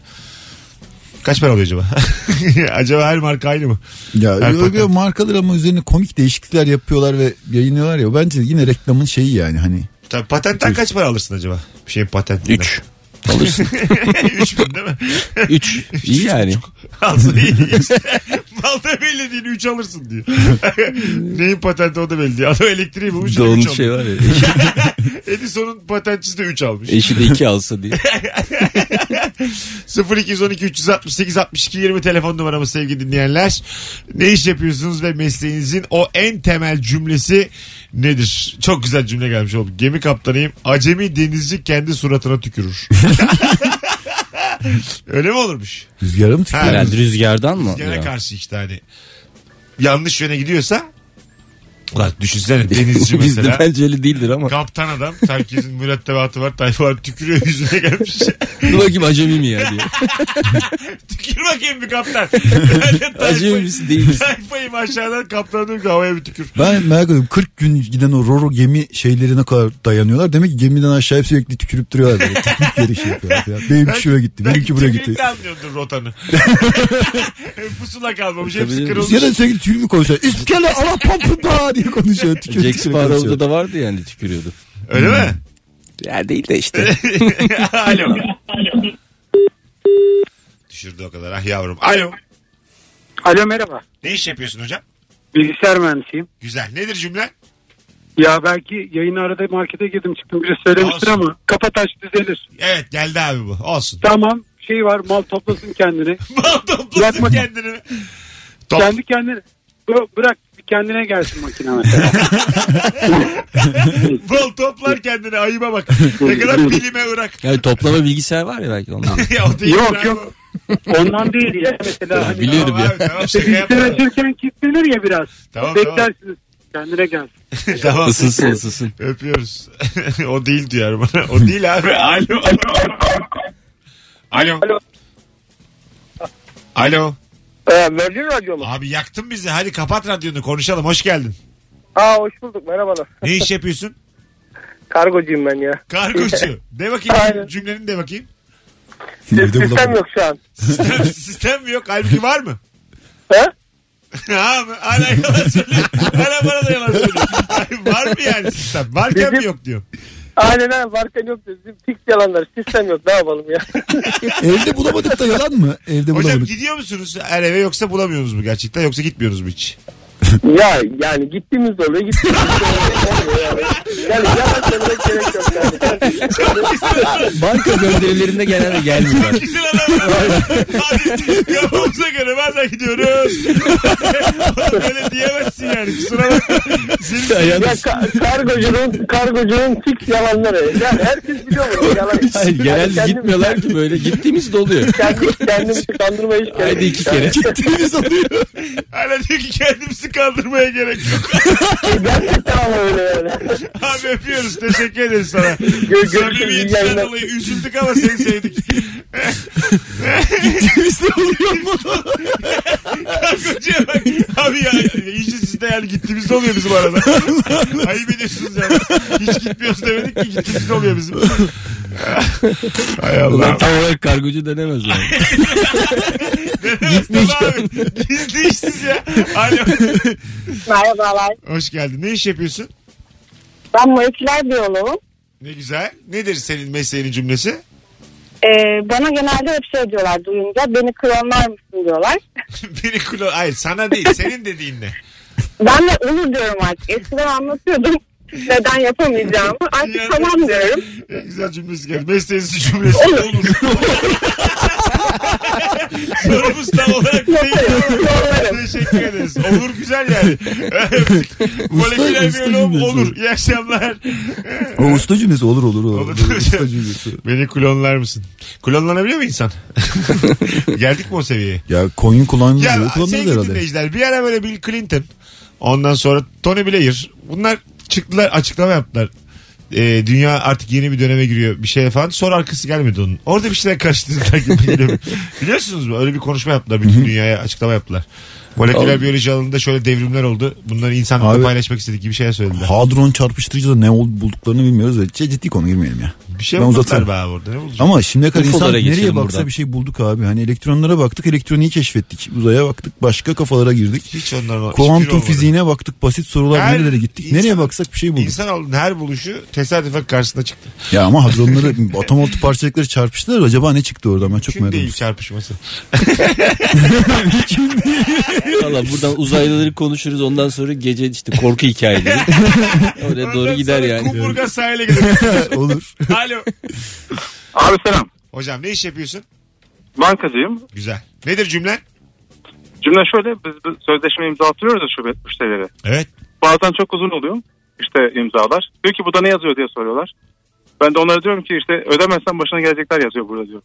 Speaker 2: Kaç para oluyor acaba? acaba her marka aynı mı?
Speaker 5: Ya
Speaker 2: Her
Speaker 5: öyle
Speaker 2: patent.
Speaker 5: markalar ama üzerine komik değişiklikler yapıyorlar ve yayınlıyorlar ya. Bence yine reklamın şeyi yani hani.
Speaker 2: Tabii patentten kaç para alırsın acaba? Bir şey patentinden.
Speaker 4: Üç. Alırsın.
Speaker 2: 3 bin değil mi?
Speaker 4: Üç. İyi yani.
Speaker 2: Alsa iyi. İşte Mal da belli değil 3 alırsın diyor. Neyin patenti o da belli değil. Adam elektriği bulmuş.
Speaker 4: Doğum
Speaker 2: üç almış.
Speaker 4: şey var ya. Eşi,
Speaker 2: Edison'un patentçisi de 3 almış.
Speaker 4: eşi de iki alsa diye.
Speaker 2: 0212 368 62 20 telefon numaramız sevgili dinleyenler. Ne iş yapıyorsunuz ve mesleğinizin o en temel cümlesi nedir? Çok güzel cümle gelmiş oldu. Gemi kaptanıyım. Acemi denizci kendi suratına tükürür. Öyle mi olurmuş?
Speaker 5: Rüzgara mı tükürüyor?
Speaker 4: Herhalde rüzgardan mı?
Speaker 2: Rüzgara
Speaker 4: Ya.
Speaker 2: karşı işte hani yanlış yöne gidiyorsa Ulan düşünsene denizci
Speaker 4: Bizde
Speaker 2: mesela.
Speaker 4: bence öyle değildir ama.
Speaker 2: Kaptan adam. Herkesin mürettebatı var. Tayfa tükürüyor yüzüne gelmiş.
Speaker 4: Dur bakayım acemi mi ya diye.
Speaker 2: Tükür bakayım bir kaptan.
Speaker 4: Acemi misin değil misin?
Speaker 2: Sayfayım aşağıdan kaptana diyorum ki havaya bir tükür.
Speaker 5: Ben merak ediyorum 40 gün giden o Roro gemi şeyleri ne kadar dayanıyorlar. Demek ki gemiden aşağı hep sürekli tükürüp duruyorlar. Böyle. Tükürük yeri şey yapıyorlar. falan. Benimki şuraya gitti. Benimki buraya gitti.
Speaker 2: Belki anlıyordur rotanı. Pusula kalmamış. Hepsi
Speaker 4: Tabii.
Speaker 2: kırılmış.
Speaker 5: Ya da sürekli tükürük konuşuyor. İskele ala pompı da diye konuşuyor. Tükürük
Speaker 4: Jack
Speaker 5: tükürük
Speaker 4: Sparrow'da
Speaker 5: konuşuyor.
Speaker 4: da vardı yani tükürüyordu.
Speaker 2: Öyle mi?
Speaker 4: Ya değil de işte.
Speaker 2: Alo. Düşürdü o kadar ah yavrum. Alo.
Speaker 7: Alo merhaba.
Speaker 2: Ne iş yapıyorsun hocam?
Speaker 7: Bilgisayar mühendisiyim.
Speaker 2: Güzel. Nedir cümle?
Speaker 7: Ya belki yayın arada markete girdim çıktım. Biri söylemiştir
Speaker 2: Olsun.
Speaker 7: ama kafa taş düzelir.
Speaker 2: Evet geldi abi bu. Olsun.
Speaker 7: Tamam şey var mal toplasın kendini.
Speaker 2: Mal toplasın
Speaker 7: Yapma.
Speaker 2: kendini. Top.
Speaker 7: Kendi kendine Bı- bırak bir kendine gelsin makine mesela.
Speaker 2: Bol toplar kendini ayıba bak. Ne kadar bilime ırak.
Speaker 4: Yani toplama bilgisayar var ya belki ondan.
Speaker 2: ya, o değil
Speaker 7: Yok,
Speaker 2: abi.
Speaker 7: yok. Ondan değil ya mesela. Hani,
Speaker 4: biliyorum.
Speaker 2: Tamam abi, tamam şaka
Speaker 7: Bilgisayar
Speaker 2: yapma.
Speaker 7: açırken kilitlenir ya biraz.
Speaker 2: Tamam,
Speaker 7: Beklersiniz kendine gelsin.
Speaker 2: tamam.
Speaker 4: Isınsın ısınsın.
Speaker 2: Öpüyoruz. o değil diyor bana. O değil abi. Alo. Alo. Alo. Alo.
Speaker 11: Ee, Berlin Radyolu.
Speaker 2: Abi yaktın bizi. Hadi kapat radyonu konuşalım. Hoş geldin.
Speaker 11: Aa hoş bulduk merhabalar.
Speaker 2: Ne iş yapıyorsun?
Speaker 11: Kargocuyum ben ya.
Speaker 2: Kargocu. De bakayım.
Speaker 11: Aynen.
Speaker 2: Cümlenin de bakayım.
Speaker 5: Nerede
Speaker 11: Sistem
Speaker 5: bulamam?
Speaker 11: yok şu an.
Speaker 2: Sistem, sistem mi yok? Halbuki var mı?
Speaker 11: He?
Speaker 2: ha mı? Hala yalan söylüyor. Hala bana da yalan söylüyor. var mı yani sistem? Varken mi
Speaker 11: Bizim-
Speaker 2: yok diyor.
Speaker 7: Aynen aynen marka yok diyor. Bizim fix yalanlar sistem yok ne yapalım ya.
Speaker 5: Evde bulamadık da yalan mı? Evde
Speaker 2: Hocam
Speaker 5: bulamadık.
Speaker 2: gidiyor musunuz her eve yoksa bulamıyorsunuz mu gerçekten yoksa gitmiyoruz mu hiç?
Speaker 7: ya yani gittiğimiz de oluyor gittiğimiz de olmuyor yani. Yani yalan söylemek gerek yok yani.
Speaker 4: Banka gönderilerinde genelde gelmiyorlar.
Speaker 2: Kafamıza göre bazen gidiyoruz. Oğlum Böyle diyemezsin yani kusura bakma.
Speaker 7: Ya, ka- kargocunun, kargocunun fix yalanları. Yani herkes biliyor bunu yalan.
Speaker 4: Hayır, genelde
Speaker 7: kendim-
Speaker 4: gitmiyorlar ki böyle. Gittiğimiz de oluyor.
Speaker 7: Kendim, kendimizi kandırmaya hiç gerek yok.
Speaker 4: Haydi iki kere.
Speaker 5: Gittiğimiz oluyor.
Speaker 2: Hala diyor ki kendimizi kandırmaya gerek yok.
Speaker 7: Gerçekten ama öyle yani.
Speaker 2: Abi öpüyoruz teşekkür ederiz sana.
Speaker 7: görüşürüz, iyi
Speaker 2: Samimiyetinden
Speaker 7: yayınlar.
Speaker 2: dolayı üzüldük ama seni sevdik.
Speaker 5: Gittiğimiz de oluyor mu?
Speaker 2: Kocaya bak. Abi ya iyice sizde yani gittiğimiz de oluyor bizim arada. Ayıp ediyorsunuz yani. Hiç gitmiyoruz demedik ki gittiğimiz de oluyor bizim. Hay Allah.
Speaker 4: Ulan tam olarak kargocu denemez yani.
Speaker 2: Gitmiş. abi. Gizli işsiz ya. Alo.
Speaker 9: Merhabalar.
Speaker 2: Hoş geldin. Ne iş yapıyorsun?
Speaker 9: Ben moleküler biyoloğum.
Speaker 2: Ne güzel. Nedir senin mesleğinin cümlesi?
Speaker 9: Ee, bana genelde hep şey diyorlar duyunca beni klonlar mısın diyorlar.
Speaker 2: Beni kulo... Hayır sana değil. Senin dediğin ne?
Speaker 9: Ben de olur diyorum artık. Eskiden anlatıyordum neden yapamayacağımı. Artık
Speaker 2: Yani-
Speaker 9: tamam diyorum.
Speaker 2: En güzel cümlesi geldi. Mesleğinizin cümlesi.
Speaker 9: Olur.
Speaker 2: Olur. Sorumuz tam olarak değil. Teşekkür ederiz. Olur güzel yani. Moleküler
Speaker 5: usta
Speaker 2: biyolog
Speaker 5: cümlesi.
Speaker 2: olur. İyi akşamlar.
Speaker 5: O usta cümlesi olur olur. olur.
Speaker 2: Olur.
Speaker 5: usta cümlesi.
Speaker 2: Beni klonlar mısın? Klonlanabiliyor mu insan? Geldik mi o seviyeye?
Speaker 5: Ya koyun kullanılır.
Speaker 2: Ya şey
Speaker 5: kullanılır
Speaker 2: sevgili
Speaker 5: herhalde.
Speaker 2: dinleyiciler bir ara böyle Bill Clinton ondan sonra Tony Blair bunlar çıktılar açıklama yaptılar. Ee, dünya artık yeni bir döneme giriyor bir şey falan. Sonra arkası gelmedi onun. Orada bir şeyler karıştırdılar gibi geliyor. Biliyorsunuz mu? Öyle bir konuşma yaptılar. Bütün dünyaya açıklama yaptılar. Moleküler biyoloji alanında şöyle devrimler oldu. Bunları insanlıkla
Speaker 5: Abi-
Speaker 2: paylaşmak istedik gibi şeyler söylediler.
Speaker 5: Hadron çarpıştırıcı da ne ol- bulduklarını bilmiyoruz. da Şey, ciddi konu girmeyelim ya.
Speaker 2: Bir şey
Speaker 5: Ben
Speaker 2: bulmadılar
Speaker 5: uzatırım.
Speaker 2: be abi orada. Ne bulacak?
Speaker 5: Ama şimdiye kadar
Speaker 4: Ufolara
Speaker 5: insan nereye
Speaker 4: geçelim
Speaker 5: baksa
Speaker 4: buradan.
Speaker 5: bir şey bulduk abi. Hani elektronlara baktık, elektroniği keşfettik. Uzaya baktık, başka kafalara girdik.
Speaker 2: Hiç onların hiçbiri
Speaker 5: Kuantum
Speaker 2: olmadı.
Speaker 5: fiziğine baktık, basit sorular
Speaker 2: Her
Speaker 5: nerelere gittik.
Speaker 2: insan-
Speaker 5: nereye baksak bir şey bulduk.
Speaker 2: İnsanoğlunun her buluşu tesadüfen karşısına çıktı.
Speaker 5: Ya ama hadronları, atom altı parçacıkları çarpıştılar. Acaba ne çıktı oradan? Ben çok
Speaker 2: Çünkü
Speaker 5: merak
Speaker 2: değil
Speaker 5: ediyorum.
Speaker 2: çarpışması.
Speaker 4: Valla buradan uzaylıları konuşuruz ondan sonra gece işte korku hikayeleri. Oraya doğru
Speaker 2: Ondan
Speaker 4: gider
Speaker 2: sonra
Speaker 4: yani.
Speaker 2: Kumburgaz sahile gidelim.
Speaker 5: Olur.
Speaker 2: Alo.
Speaker 12: Abi selam.
Speaker 2: Hocam ne iş yapıyorsun?
Speaker 12: Bankacıyım.
Speaker 2: Güzel. Nedir cümle?
Speaker 12: Cümle şöyle biz, biz sözleşme imzalatıyoruz ya şube müşterilere.
Speaker 2: Evet.
Speaker 12: Bazen çok uzun oluyor işte imzalar. Diyor ki bu da ne yazıyor diye soruyorlar. Ben de onlara diyorum ki işte ödemezsen başına gelecekler yazıyor burada diyor.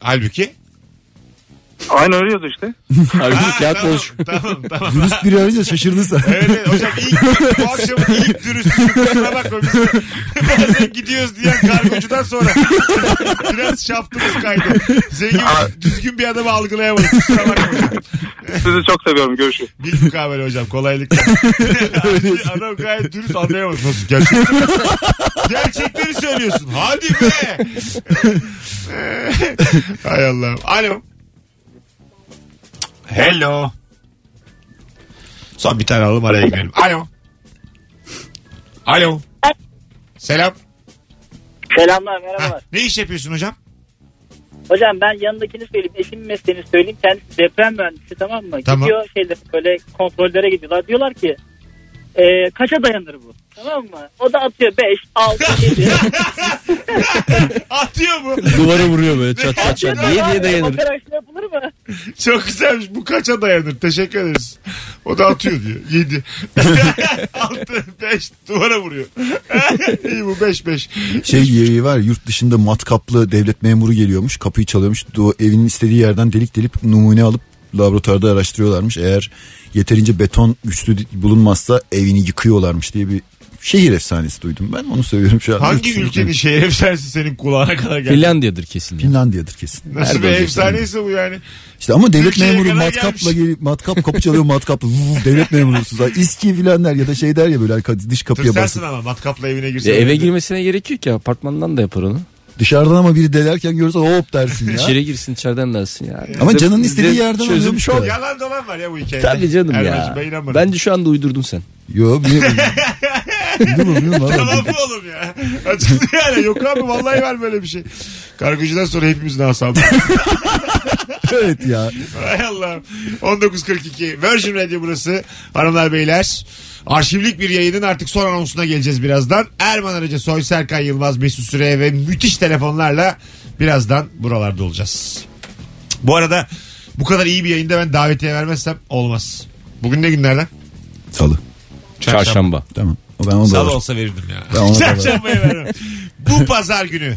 Speaker 2: Halbuki.
Speaker 12: Aynen öyle yazıyor işte.
Speaker 4: Harbi
Speaker 2: Ha,
Speaker 4: kağıt
Speaker 2: tamam,
Speaker 4: boş.
Speaker 2: tamam tamam.
Speaker 5: Dürüst biri arayınca şaşırdın sen.
Speaker 2: Evet, evet hocam ilk, bu akşam ilk dürüstlük kusura bakma biz bazen gidiyoruz diyen kargocudan sonra biraz şaftımız kaydı. Zengin düzgün bir adamı algılayamadık kusura bakma hocam.
Speaker 12: Sizi çok seviyorum görüşürüz.
Speaker 2: Bir mukavele hocam kolaylıkla. Adam gayet dürüst anlayamadım nasıl gerçek. Gerçekleri söylüyorsun. Hadi be. Hay Allah'ım. Alo. Hello. Son bir tane alalım araya girelim. Alo. Alo. Selam.
Speaker 13: Selamlar merhabalar.
Speaker 2: Ne iş yapıyorsun hocam?
Speaker 13: Hocam ben yanındakini söyleyeyim. Eşimin mesleğini söyleyeyim. Kendisi deprem mühendisi tamam mı?
Speaker 2: Tamam.
Speaker 13: Gidiyor şeyde böyle kontrollere gidiyorlar. Diyorlar ki e, kaça dayanır bu? Tamam mı? O da atıyor 5, 6, 7.
Speaker 2: Atıyor mu?
Speaker 4: Duvara vuruyor böyle çat çat çat. Niye diye dayanır.
Speaker 13: Operasyon yapılır mı?
Speaker 2: Çok güzelmiş. Bu kaça dayanır? Teşekkür ederiz. O da atıyor diyor. 7. 6 5 duvara vuruyor. İyi bu 5 5.
Speaker 5: Şey yeri var yurt dışında matkaplı devlet memuru geliyormuş kapıyı çalıyormuş Du- evinin istediği yerden delik delip numune alıp laboratuvarda araştırıyorlarmış. Eğer yeterince beton güçlü bulunmazsa evini yıkıyorlarmış diye bir şehir efsanesi duydum ben onu söylüyorum şu an.
Speaker 2: Hangi ülkenin şehir efsanesi senin kulağına kadar geldi?
Speaker 4: Finlandiya'dır kesin. ya.
Speaker 5: Finlandiya'dır kesin.
Speaker 2: Nasıl bir
Speaker 4: Nerede
Speaker 2: efsaneyse bu yani.
Speaker 5: İşte ama devlet
Speaker 2: Türkiye'ye
Speaker 5: memuru
Speaker 2: kadar
Speaker 5: matkapla
Speaker 2: gelmiş.
Speaker 5: gelip matkap kapı çalıyor matkapla vuv, devlet memurusunuz. Ha, İSKİ filan der ya da şey der ya böyle arka- dış kapıya
Speaker 2: Tırsarsın
Speaker 5: basın.
Speaker 2: ama matkapla evine girsen.
Speaker 4: Ya E, eve girmesine gerek yok ya. Apartmandan da yapar onu.
Speaker 5: Dışarıdan ama biri delerken görürse hop dersin ya.
Speaker 4: İçeri girsin içeriden dersin ya.
Speaker 5: Ama
Speaker 4: Bize-
Speaker 5: canın
Speaker 4: bize
Speaker 5: istediği yerden
Speaker 4: çözüm
Speaker 5: alıyormuş
Speaker 4: şu.
Speaker 5: da.
Speaker 2: Yalan dolan var ya bu hikayede.
Speaker 4: Tabii canım
Speaker 2: Erman'cığım,
Speaker 4: ya.
Speaker 2: Ben inanmadım.
Speaker 4: Bence şu anda uydurdun sen.
Speaker 5: Yo bir-
Speaker 2: Tamam mı oğlum ya? Açıklı yani. Yok abi vallahi var böyle bir şey. Kargocudan sonra hepimizin asabı.
Speaker 5: evet ya.
Speaker 2: Hay Allah'ım. 19.42 Virgin Radio burası. Hanımlar beyler. Arşivlik bir yayının artık son anonsuna geleceğiz birazdan. Erman Arıcı, Soy Serkan Yılmaz, Mesut Süre ve müthiş telefonlarla birazdan buralarda olacağız. Bu arada bu kadar iyi bir yayında ben davetiye vermezsem olmaz. Bugün ne günlerden?
Speaker 5: Salı.
Speaker 2: Çarşamba.
Speaker 5: Tamam. O ben onu da
Speaker 2: Salı
Speaker 5: alırım.
Speaker 2: olsa verirdim ya.
Speaker 5: Ben ona da
Speaker 2: Çarşambaya vermem. Bu pazar günü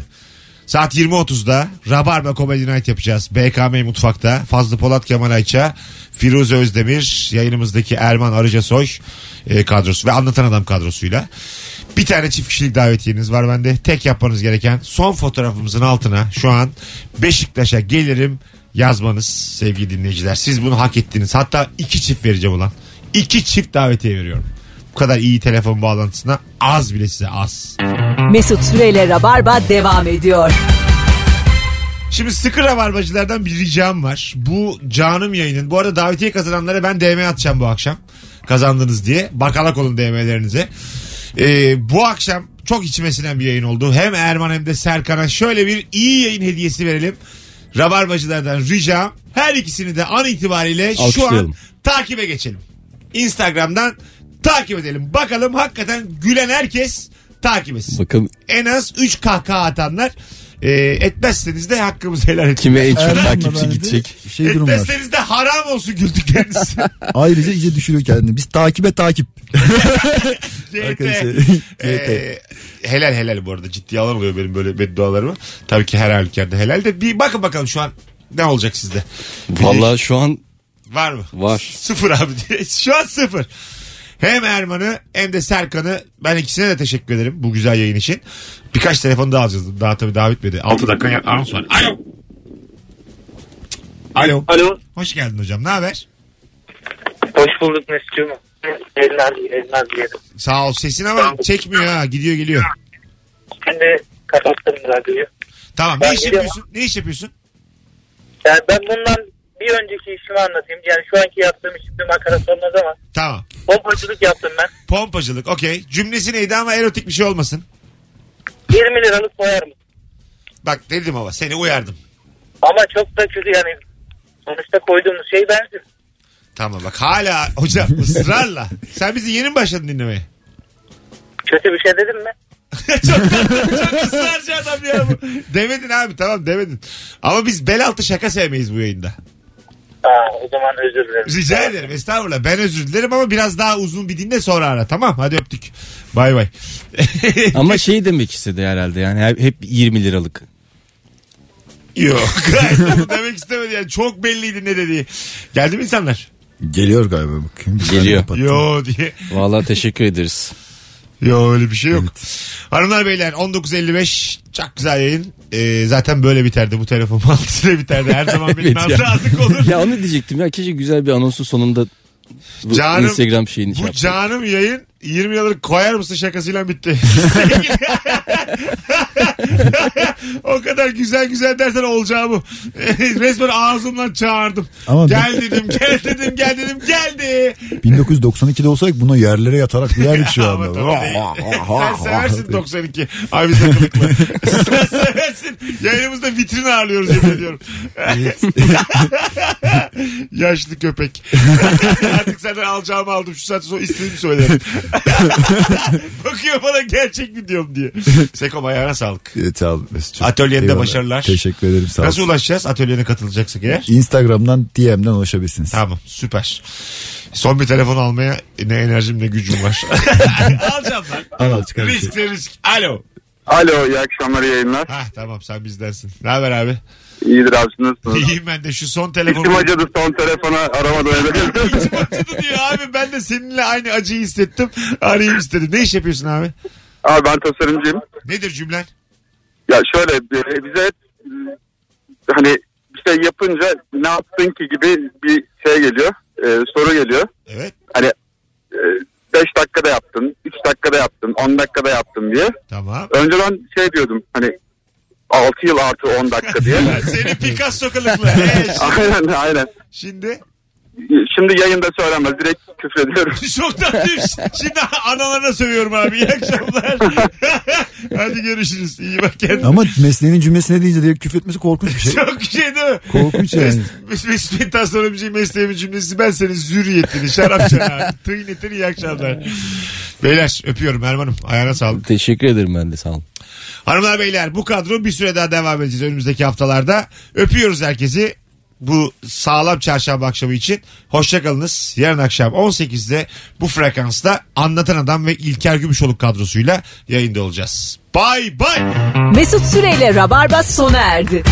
Speaker 2: saat 20.30'da Rabarba Comedy Night yapacağız. BKM Mutfak'ta Fazlı Polat Kemal Ayça, Firuze Özdemir, yayınımızdaki Erman Arıcasoy e, kadrosu ve Anlatan Adam kadrosuyla. Bir tane çift kişilik davetiyeniz var bende. Tek yapmanız gereken son fotoğrafımızın altına şu an Beşiktaş'a gelirim yazmanız sevgili dinleyiciler. Siz bunu hak ettiniz. Hatta iki çift vereceğim ulan. İki çift davetiye veriyorum. Bu kadar iyi telefon bağlantısına az bile size az.
Speaker 1: Mesut Süreyle Rabarba devam ediyor.
Speaker 2: Şimdi sıkı rabarbacılardan bir ricam var. Bu canım yayının. Bu arada davetiye kazananlara ben DM atacağım bu akşam. Kazandınız diye. Bakalak olun DM'lerinize. Ee, bu akşam çok içime sinen bir yayın oldu. Hem Erman hem de Serkan'a şöyle bir iyi yayın hediyesi verelim. Rabarbacılardan ricam. Her ikisini de an itibariyle şu an
Speaker 4: Alkışlayalım.
Speaker 2: takibe geçelim. Instagram'dan takip edelim. Bakalım hakikaten gülen herkes takip etsin.
Speaker 4: Bakın
Speaker 2: En az 3 kahkaha atanlar. E, etmezseniz de hakkımızı helal edin.
Speaker 4: kime en çok
Speaker 5: Erman
Speaker 4: takipçi
Speaker 5: verdi.
Speaker 4: gidecek.
Speaker 5: Şey durum var.
Speaker 2: etmezseniz de haram olsun güldükleriniz.
Speaker 5: Ayrıca iyice düşürüyor kendini. Biz takibe takip. Arkadaşlar.
Speaker 2: CT. E, helal helal bu arada ciddiye alamıyor benim böyle beddualarımı. Tabii ki her halükarda helal de bir bakın bakalım şu an ne olacak sizde.
Speaker 4: Vallahi şu an
Speaker 2: Var mı?
Speaker 4: var.
Speaker 2: Sıfır abi diye. Şu an sıfır. Hem Erman'ı hem de Serkan'ı ben ikisine de teşekkür ederim bu güzel yayın için. Birkaç telefon daha alacağız. Daha tabii daha bitmedi. 6 dakika ya- anons var. Alo. Alo.
Speaker 14: Alo.
Speaker 2: Hoş geldin hocam. Ne haber?
Speaker 14: Hoş bulduk Mesut'cum. Eller elmez diyelim.
Speaker 2: Sağ ol. Sesin ama çekmiyor ha. Gidiyor geliyor.
Speaker 14: Şimdi kapattım radyoyu.
Speaker 2: Tamam.
Speaker 14: Ben
Speaker 2: Ne iş
Speaker 14: gidiyorum.
Speaker 2: yapıyorsun? Ne iş yapıyorsun?
Speaker 14: Yani ben bundan bir önceki işimi anlatayım. Yani şu anki yaptığım iş bir makara sormaz ama
Speaker 2: Tamam.
Speaker 14: bombacılık yaptım ben.
Speaker 2: Pompacılık. Okey. Cümlesi neydi ama erotik bir şey olmasın.
Speaker 14: 20 liralık koyar mısın?
Speaker 2: Bak dedim ama seni uyardım.
Speaker 14: Ama çok da kötü yani sonuçta koyduğumuz şey bensin.
Speaker 2: Tamam bak hala hocam ısrarla. Sen bizi yeni mi başladın dinlemeye?
Speaker 14: Kötü bir şey dedim mi?
Speaker 2: çok, çok ısrarcı adam ya bu. Demedin abi tamam demedin. Ama biz bel altı şaka sevmeyiz bu yayında.
Speaker 14: Aa, o zaman özür dilerim.
Speaker 2: Rica ederim estağfurullah. Ben özür dilerim ama biraz daha uzun bir dinle sonra ara. Tamam hadi öptük. Bay bay.
Speaker 4: Ama şey demek istedi herhalde yani hep- hep 20 liralık.
Speaker 2: Yok. Gayet bunu demek istemedi yani. Çok belliydi ne dediği. Geldi mi insanlar?
Speaker 5: Geliyor galiba bakayım. Ben
Speaker 4: Geliyor.
Speaker 5: kapattım.
Speaker 2: Yo diye.
Speaker 4: Vallahi teşekkür ederiz.
Speaker 2: Yo öyle bir şey yok. Hanımlar beyler 19.55 çok güzel yayın. Ee, zaten böyle biterdi bu telefon mantığıyla biterdi. Her zaman benim
Speaker 4: Evet ya.
Speaker 2: hazırlık olur.
Speaker 4: ya onu diyecektim ya keşke güzel bir anonsun sonunda bu
Speaker 2: Canım,
Speaker 4: Instagram şeyini şey
Speaker 2: Bu
Speaker 4: yapsaydık.
Speaker 2: canım yayın 20 yıllık koyar mısın şakasıyla bitti. o kadar güzel güzel dersen olacağı bu. Resmen ağzımdan çağırdım.
Speaker 5: Ama
Speaker 2: gel dedim gel dedim gel dedim geldi.
Speaker 5: 1992'de olsaydık buna yerlere yatarak yerdik şu
Speaker 2: Ama
Speaker 5: anda.
Speaker 2: tabii değil. Sen seversin 92. Ay biz de kılıklı. Sen seversin. Yayınımızda vitrin ağırlıyoruz yemin ediyorum. Yaşlı köpek. Artık senden alacağımı aldım. Şu saatte sonra istediğimi söylerim. Bakıyor bana gerçek mi diyorum diye. Sekom ayağına sağlık.
Speaker 5: Evet, sağ ol Mesut'cum.
Speaker 2: Atölyende
Speaker 5: Eyvallah.
Speaker 2: başarılar.
Speaker 5: Teşekkür ederim sağ ol.
Speaker 2: Nasıl ulaşacağız? Atölyene katılacaksak eğer.
Speaker 5: Instagram'dan DM'den ulaşabilirsiniz.
Speaker 2: Tamam süper. Son bir telefon almaya ne enerjim ne gücüm var. Alacağım lan.
Speaker 5: Al al çıkar.
Speaker 2: Risk de risk. Alo.
Speaker 15: Alo iyi akşamlar iyi yayınlar.
Speaker 2: Hah tamam sen bizdensin. Ne haber abi?
Speaker 15: İyidir abi siz nasılsınız?
Speaker 2: İyiyim ben de şu son
Speaker 15: İçim
Speaker 2: telefonu.
Speaker 15: acıdı son telefona aramadan evvel.
Speaker 2: diyor abi ben de seninle aynı acıyı hissettim. Arayayım istedim. Ne iş yapıyorsun abi?
Speaker 15: abi ben tasarımcıyım.
Speaker 2: Nedir cümlen?
Speaker 15: Ya şöyle e, bize e, hani bir şey yapınca ne yaptın ki gibi bir şey geliyor. e, soru geliyor.
Speaker 2: Evet.
Speaker 15: Hani 5 dakikada yaptın, 3 dakikada yaptın, 10 dakikada yaptın diye.
Speaker 2: Tamam.
Speaker 15: Önceden şey diyordum hani 6 yıl artı 10 dakika diye.
Speaker 2: Seni Picasso kılıklı. Ee, şimdi,
Speaker 15: aynen aynen.
Speaker 2: şimdi
Speaker 15: şimdi yayında söylemez. Direkt küfür ediyorum.
Speaker 2: Çok tatlıyım. Şimdi analarına sövüyorum abi. İyi akşamlar. Hadi görüşürüz. İyi bak kendine.
Speaker 5: Ama mesleğinin cümlesine deyince direkt küfretmesi korkunç bir şey.
Speaker 2: Çok şey değil mi?
Speaker 5: Korkunç yani.
Speaker 2: Mes Mesut Bey'den sonra bir şey mesleğimin cümlesi ben senin zürriyetini şarap şarap tığın etini iyi akşamlar. Beyler öpüyorum Erman'ım ayağına sağlık.
Speaker 4: Teşekkür ederim ben de sağ olun.
Speaker 2: Hanımlar beyler bu kadro bir süre daha devam edeceğiz önümüzdeki haftalarda. Öpüyoruz herkesi bu sağlam çarşamba akşamı için. Hoşçakalınız. Yarın akşam 18'de bu frekansta Anlatan Adam ve İlker Gümüşoluk kadrosuyla yayında olacağız. Bay bay.
Speaker 1: Mesut Süreyle Rabarba sona erdi.